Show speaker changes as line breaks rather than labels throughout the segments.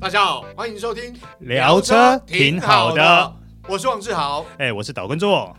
大家好，欢迎收听
聊车挺好的，，
我是王志豪。
哎、我是岛根座。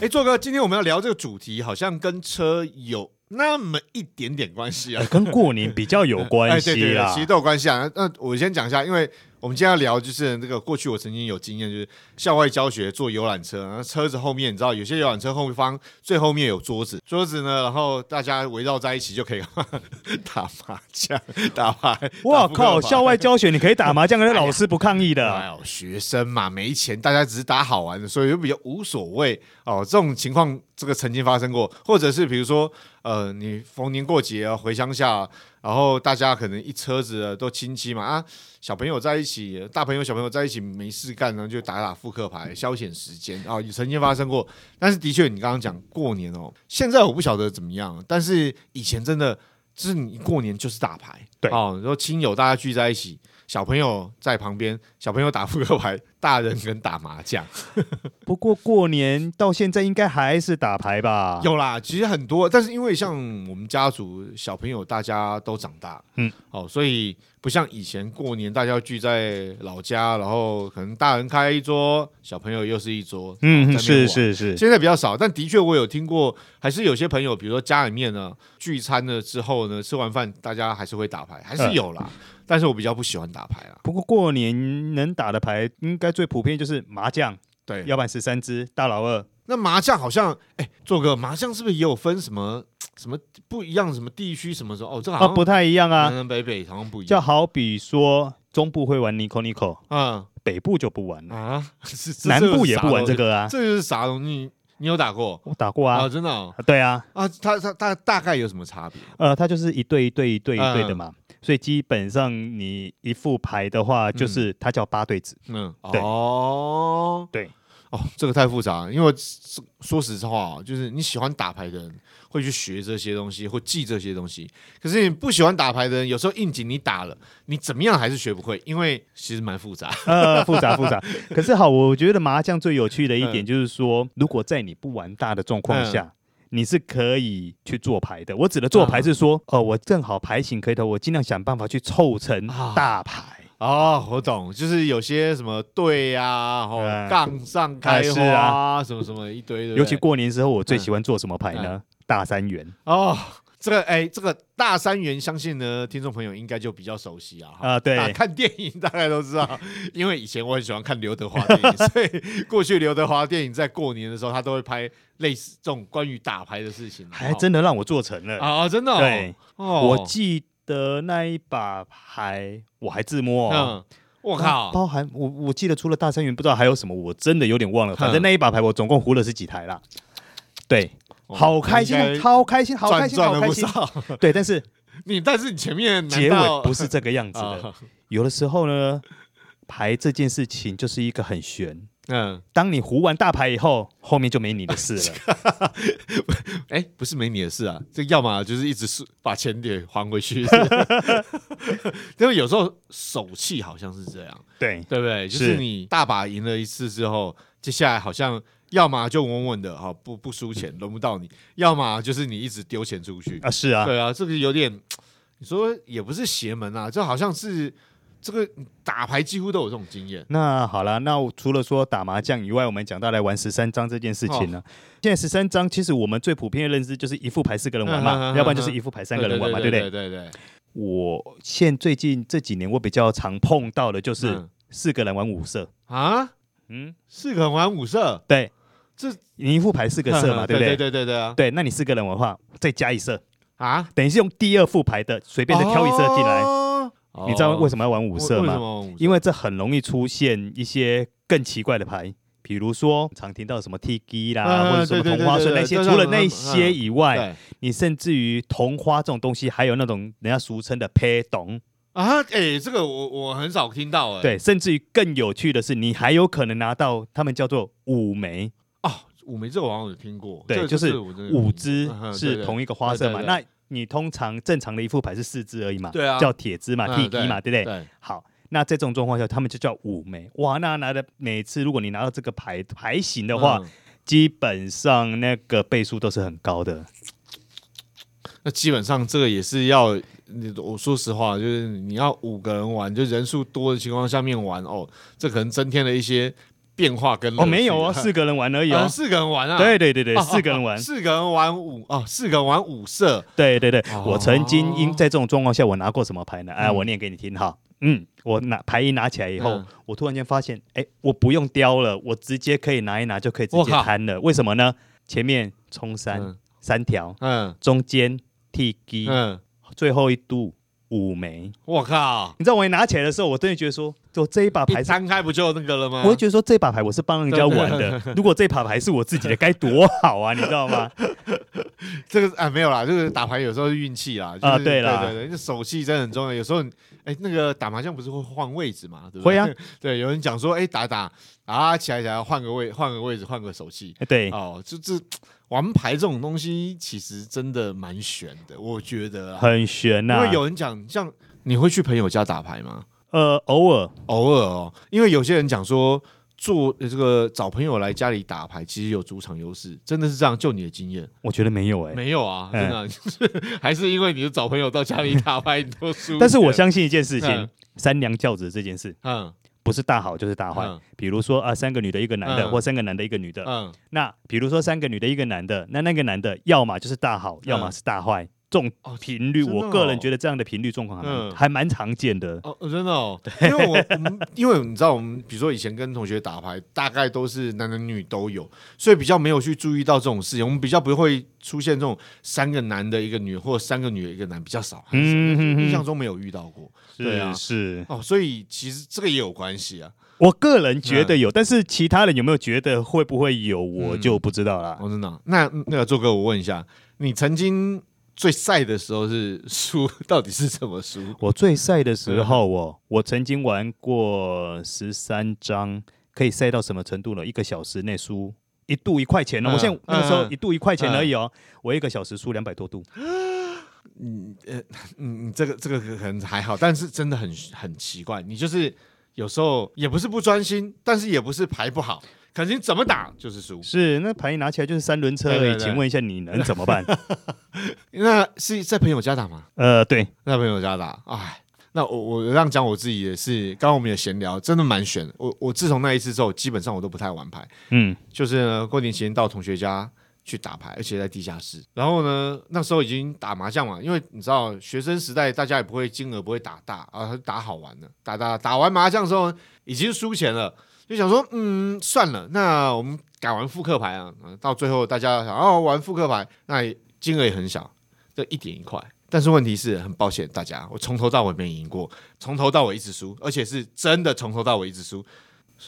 哎，做哥，今天我们要聊这个主题，好像跟车有那么一点点关系啊
哎，。跟过年比较有关
哎对对
系
对，
啦
其。实都有关系啊。那那我先讲一下，因为我们今天要聊就是这个过去我曾经有经验，就是校外教学坐游览车，然后车子后面你知道有些游览车后方最后面有桌子，桌子呢，然后大家围绕在一起就可以 打麻将、打牌。
哇
打扑克
靠！
牌
校外教学你可以打麻将，跟老师不抗议
哎
的。
呦，学生嘛，没钱，大家只是打好玩的，所以就比较无所谓哦。这种情况，这个曾经发生过，或者是比如说，呃，你逢年过节啊，回乡下，然后大家可能一车子的都亲戚嘛啊，小朋友在一起，大朋友小朋友在一起没事干呢，就打打扑克牌消遣时间啊、也曾经发生过。但是的确，你刚刚讲过年哦，现在我不晓得怎么样，但是以前真的。就是你过年就是打牌，
对
哦，然后亲友大家聚在一起，小朋友在旁边，小朋友打扑克牌，大人跟打麻将。
不过过年到现在应该还是打牌吧？
有啦，其实很多，但是因为像我们家族小朋友大家都长大，
嗯，
哦，所以不像以前过年大家聚在老家，然后可能大人开一桌，小朋友又是一桌，
嗯，
哦在那边
嗯是
玩
是是，
现在比较少，但的确我有听过，还是有些朋友，比如说家里面呢聚餐了之后呢，吃完饭大家还是会打牌，还是有啦。但是我比较不喜欢打牌啦，
不过过年能打的牌，应该最普遍就是麻将，
对，
要不然十三只，大老二。
那麻将好像，哎、做个麻将是不是也有分什么什么不一样，什么地区什么什么？哦，这个好
啊，
像、
不太一样
南
啊。
南北北好像不一
就
样。
好比说，中部会玩 Nico Nico，
嗯
北部就不玩了，
啊， 是这
南部也
这
不玩这个啊
啥东西，。这就是啥东西？你有打过
我打过
啊？
啊，
真的哦、
啊对啊，
啊？它它大大概有什么差别？
呃，它就是一对一对一对一对的
嗯
嘛，所以基本上你一副牌的话，就
嗯
是它叫八对子。
嗯，
对
哦，
对，
哦，这个太复杂了，因为说说实话哦，就是你喜欢打牌的人会去学这些东西，会记这些东西。可是你不喜欢打牌的人，有时候应景你打了，你怎么样还是学不会，因为其实蛮复杂。
呃，复杂复 杂。可是好，我觉得麻将最有趣的一点就是说，如果在你不玩大的状况
嗯
下。你是可以去做牌的，我指的做牌是
嗯
说，呃，我正好牌型可以的，我尽量想办法去凑成
啊
大牌。
哦，我懂，就是有些什么队呀、吼
嗯
杠上
啊
开
是
花
啊
什么什么一堆的，
尤其过年时候，我最
嗯
喜欢做什么牌呢？大三元。
哦，这个哎，这个大三元，相信呢听众朋友应该就比较熟悉啊。哈
啊对
大看电影大概都知道，因为以前我很喜欢看刘德华电 影，所以过去刘德华电影在过年的时候，他都会拍类似这种关于打牌的事情。
还真的让我做成了。
啊、真的、哦、
对，
哦，
我记得那一把牌，我还自摸哦。
嗯，我
啊
靠，
包含我我记得除了大三元，不知道还有什么，我真的有点忘了。
哼
反正那一把牌我总共胡了十几台啦。对，
哦
好开心啊，
应该
好开心，好开
赚
心，
赚
好
了
开
不
心。
少。
对，但是
你但是你前面难
结
道
尾不是这个样子的。
啊
有的时候呢，牌这件事情就是一个很悬。
嗯，
当你胡完大牌以后，后面就没你的事了。
哎、不是没你的事啊，这要么就是一直是把钱给还回去， 因为有时候手气好像是这样，
对，
对不对？就是是你大把赢了一次之后，接下来好像要么就稳稳的哈、不不输钱，轮不到你；要么就是你一直丢钱出去。
啊，是啊，
对啊，这个有点，你说也不是邪门啊，这好像是这个打牌几乎都有这种经验。
那好了，那我除了说打麻将以外，我们讲到来玩十三张这件事情
哦
呢、现在十三张，其实我们最普遍的认知就是一副牌四个人
嗯
玩
嗯
嘛，
嗯嗯
要不然就是一副牌三个人玩嘛，对
对
不
对
对？
对对对，
我现最近这几年我比较常碰到的就是
嗯
四个人玩五色，
啊，
嗯，
四个人玩五色，
对，
这
你一副牌四个色嘛，
嗯
对
对
不对？
对对对啊！
对，那你四个人玩的话，再加一色，
啊，
等于是用第二副牌的随便再挑一色进来。
哦。
你知道为
什
什么要玩五
为
色
什
吗？
么五色？
因为这很容易出现一些更奇怪的牌，比如说常听到什么 T G
嗯
啦，或者什么
对对
同花
对
顺
对
那些。
对
除了
对
那
对
些以外，
嗯对
你甚至于同花这种东西，还有那种人家俗称的 p a 懂，
啊，哎，这个我我很少听到哎。
对，甚至于更有趣的是，你还有可能拿到他们叫做五枚，
哦，五梅这个我好像有听过，
对
这个
就是
我真的有
五
听
只
嗯哼对
是
对
同一个花色嘛？
对对
那你通常正常的一副牌是四只而已嘛？
对啊
叫铁枝嘛
嗯
，T G 嘛，对不对？
对，
好。那在这种状况下，他们就叫五枚。哇，那拿的每次如果你拿到这个牌牌型的话，
嗯，
基本上那个倍数都是很高的。
那基本上这个也是要，你我说实话，就是你要五个人玩，就人数多的情况下面玩哦，这可能增添了一些变化跟乐
哦，
趣
没 有哦，
啊
四个人玩而已
啊
哦。
四个人玩啊，
对对对对，
哦，
四个人玩
哦，四个人玩五哦，四个人玩五色，
对对对，我曾经因
哦
在这种状况下，我拿过什么牌呢？哎，
嗯
我念给你听哈。嗯，我拿牌一拿起来以后
嗯，
我突然间发现，哎，我不用雕了，我直接可以拿一拿就可以直
我
接
靠
摊了。为什么呢？前面冲三
嗯
三条，
嗯
中间剃鸡，
嗯，
最后一度五枚。
我靠，
你知道我一拿起来的时候，我真的觉得说，我这一把牌
一
是
摊开不就那个了吗？
我会觉得说这把牌我是帮人家玩的，如果这把牌是我自己的，该多好啊，你知道吗？
这个啊没有啦，这个打牌有时候是运气啦，就是、
啊对
对
啦
对对，这手气真的很重要。有时候你，哎，那个打麻将不是会换位置嘛， 对不
会
对？
啊，
对，有人讲说，哎，打打啊，起来起来，换个位，换个位置，换个手气。
对，
哦，就这玩牌这种东西，其实真的蛮悬的，我觉得啊。
很悬
因
呐、
为有人讲，像你会去朋友家打牌吗？
呃，偶尔
偶尔哦，因为有些人讲说。做呃这个找朋友来家里打牌，其实有主场优势，真的是这样。就你的经验，
我觉得没有哎、
没有啊，真的啊、就是 还是因为你的找朋友到家里打牌，你都输。
但是我，相信一件事情，
嗯
三娘教子这件事
嗯
不是大好就是大坏。
嗯
比如说啊、三个女的一个男的，
嗯
或三个男的一个女的。
嗯，
那比如说三个女的一个男的，那那个男的要么就是大好，要么是大坏。这种
嗯哦
频率，
真的
我个人
哦
觉得这样的频率状况还蛮、
嗯
还蛮常见的。
哦，真的哦，因为我我们因为你知道，我们比如说以前跟同学打牌，大概都是男男女都有，所以比较没有去注意到这种事情，我们比较不会出现这种三个男的一个女，或三个女的一个男，比较少，
嗯哼
印
哼
象中没有遇到过对啊
是。
哦，所以其实这个也有关系啊，
我个人觉得有，但是其他人有没有觉得会不会有，我就不知道啦。
哦，真的啊、那那个做哥，我问一下，你曾经最晒的时候是输， 到底是怎么输？
我最晒的时候哦，我曾经玩过十三张，可以晒到什么程度呢？一个小时内输一度一块钱哦。
嗯
我现在那个时候
嗯
一度一块钱而已哦，我一个小时输两百多度。
嗯，这个这个可能还好，但是真的很很奇怪，你就是有时候也不是不专心，但是也不是牌不好，可是你怎么打就是输。
是，那牌一拿起来就是三轮车而
对
已。
对对
请问一下，你能怎么 办？
那是在朋友家打吗？
呃，对，
在朋友家打，哎。那我我这样讲我自己也是，刚刚我们也闲聊，真的蛮悬的。我我自从那一次之后，基本上我都不太玩牌，
嗯，
就是呢过年期间到同学家去打牌，而且在地下室。然后呢，那时候已经打麻将嘛，因为你知道学生时代大家也不会金额不会打大啊，就打好玩的，打打打完麻将之后呢已经输钱了，就想说嗯算了，那我们改玩复刻牌啊。啊到最后大家想哦玩复刻牌，那也金额也很小，就一点一块。但是问题是很抱歉大家，我从头到尾没赢过，从头到尾一直输，而且是真的从头到尾一直输，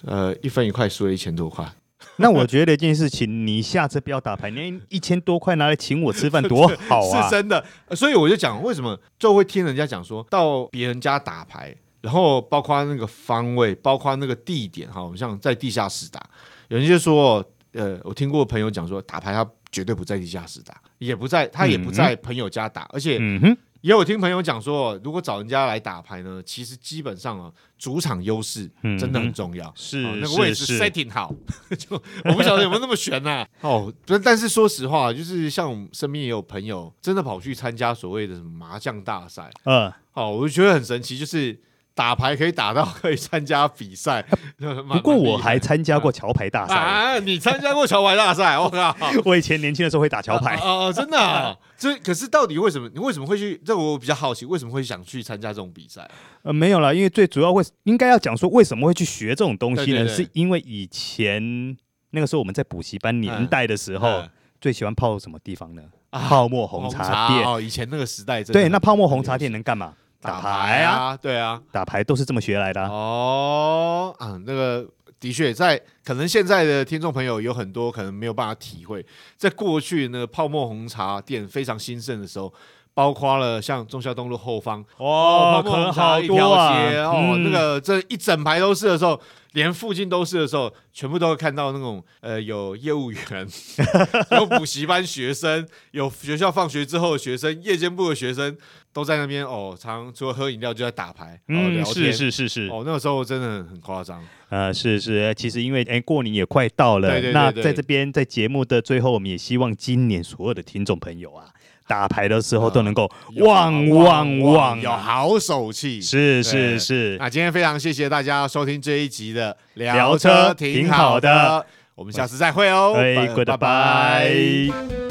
呃，一分一块输了一千多块。
那我觉得一件事情，你下次不要打牌，你一千多块拿来请我 吃饭多好啊
是！真的。呃所以我就讲，为什么就会听人家讲说到别人家打牌，然后包括那个方位，包括那个地点哈，我们像在地下室打，有人就说，呃，我听过朋友讲说，打牌他绝对不在地下室打，也不在他也不在朋友家打，而且
嗯哼，
也有听朋友讲说，如果找人家来打牌呢，其实基本上啊，主场优势
嗯
真的
嗯
很重要。
是
哦、那个位
是
置
是
setting 好， 就我不晓得有没有那么悬呐、 哦，但但是说实话，就是像我们身边也有朋友真的跑去参加所谓的什么麻将大赛，
呃，
哦，我就觉得很神奇，就是打牌可以打到可以参加比赛。
呃不
不
过我还参加过桥牌大赛。
嗯啊，你参加过桥牌大赛？我靠！
我以前年轻的时候会打桥牌，
哦、真的、 啊，这可是到底为什么？你为什么会去？这我比较好奇，为什么会想去参加这种比赛？
呃，没有啦，因为最主要为应该要讲说为什么会去学这种东西呢？
对对对
是因为以前那个时候我们在补习班年代的时候，
嗯
最喜欢泡什么地方呢？
啊
泡沫红茶店。
哦，以前那个时代真的
对，那泡沫红茶店能干嘛？打牌啊，
啊，对啊，
打牌都是这么学来的啊、
哦，啊，那个的确在，可能现在的听众朋友有很多可能没有办法体会，在过去那个泡沫红茶店非常兴盛的时候。包括了像中孝东路后方泡沫
哦
红
可好
茶一条
多啊
街哦，
嗯
那个这一整排都是的时候，连附近都是的时候，全部都会看到那种呃有业务员、 有补习班学生、有学校放学之后的学生、夜间部的学生都在那边哦，常除了喝饮料就在打牌，哦、聊
嗯，
天
是是是是，
哦，那个时候真的很很夸张。
呃，是是，其实因为哎，过年也快到了，
对对对
那
对
在这边在节目的最后，我们也希望今年所有的听众朋友啊，打牌的时候都能够
嗯有
旺旺旺
有
啊！
好手气。
是
对
是是，
那今天非常谢谢大家收听这一集的
聊车
挺
挺好
的，我们下次再会哦，
哎
拜拜
，goodbye。